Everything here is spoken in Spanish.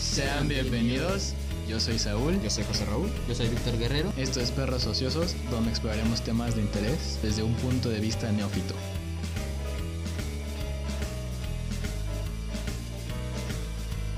Sean bienvenidos. Yo soy Saúl. Yo soy José Raúl. Yo soy Víctor Guerrero. Esto es Perros Ociosos, donde exploraremos temas de interés desde un punto de vista neófito.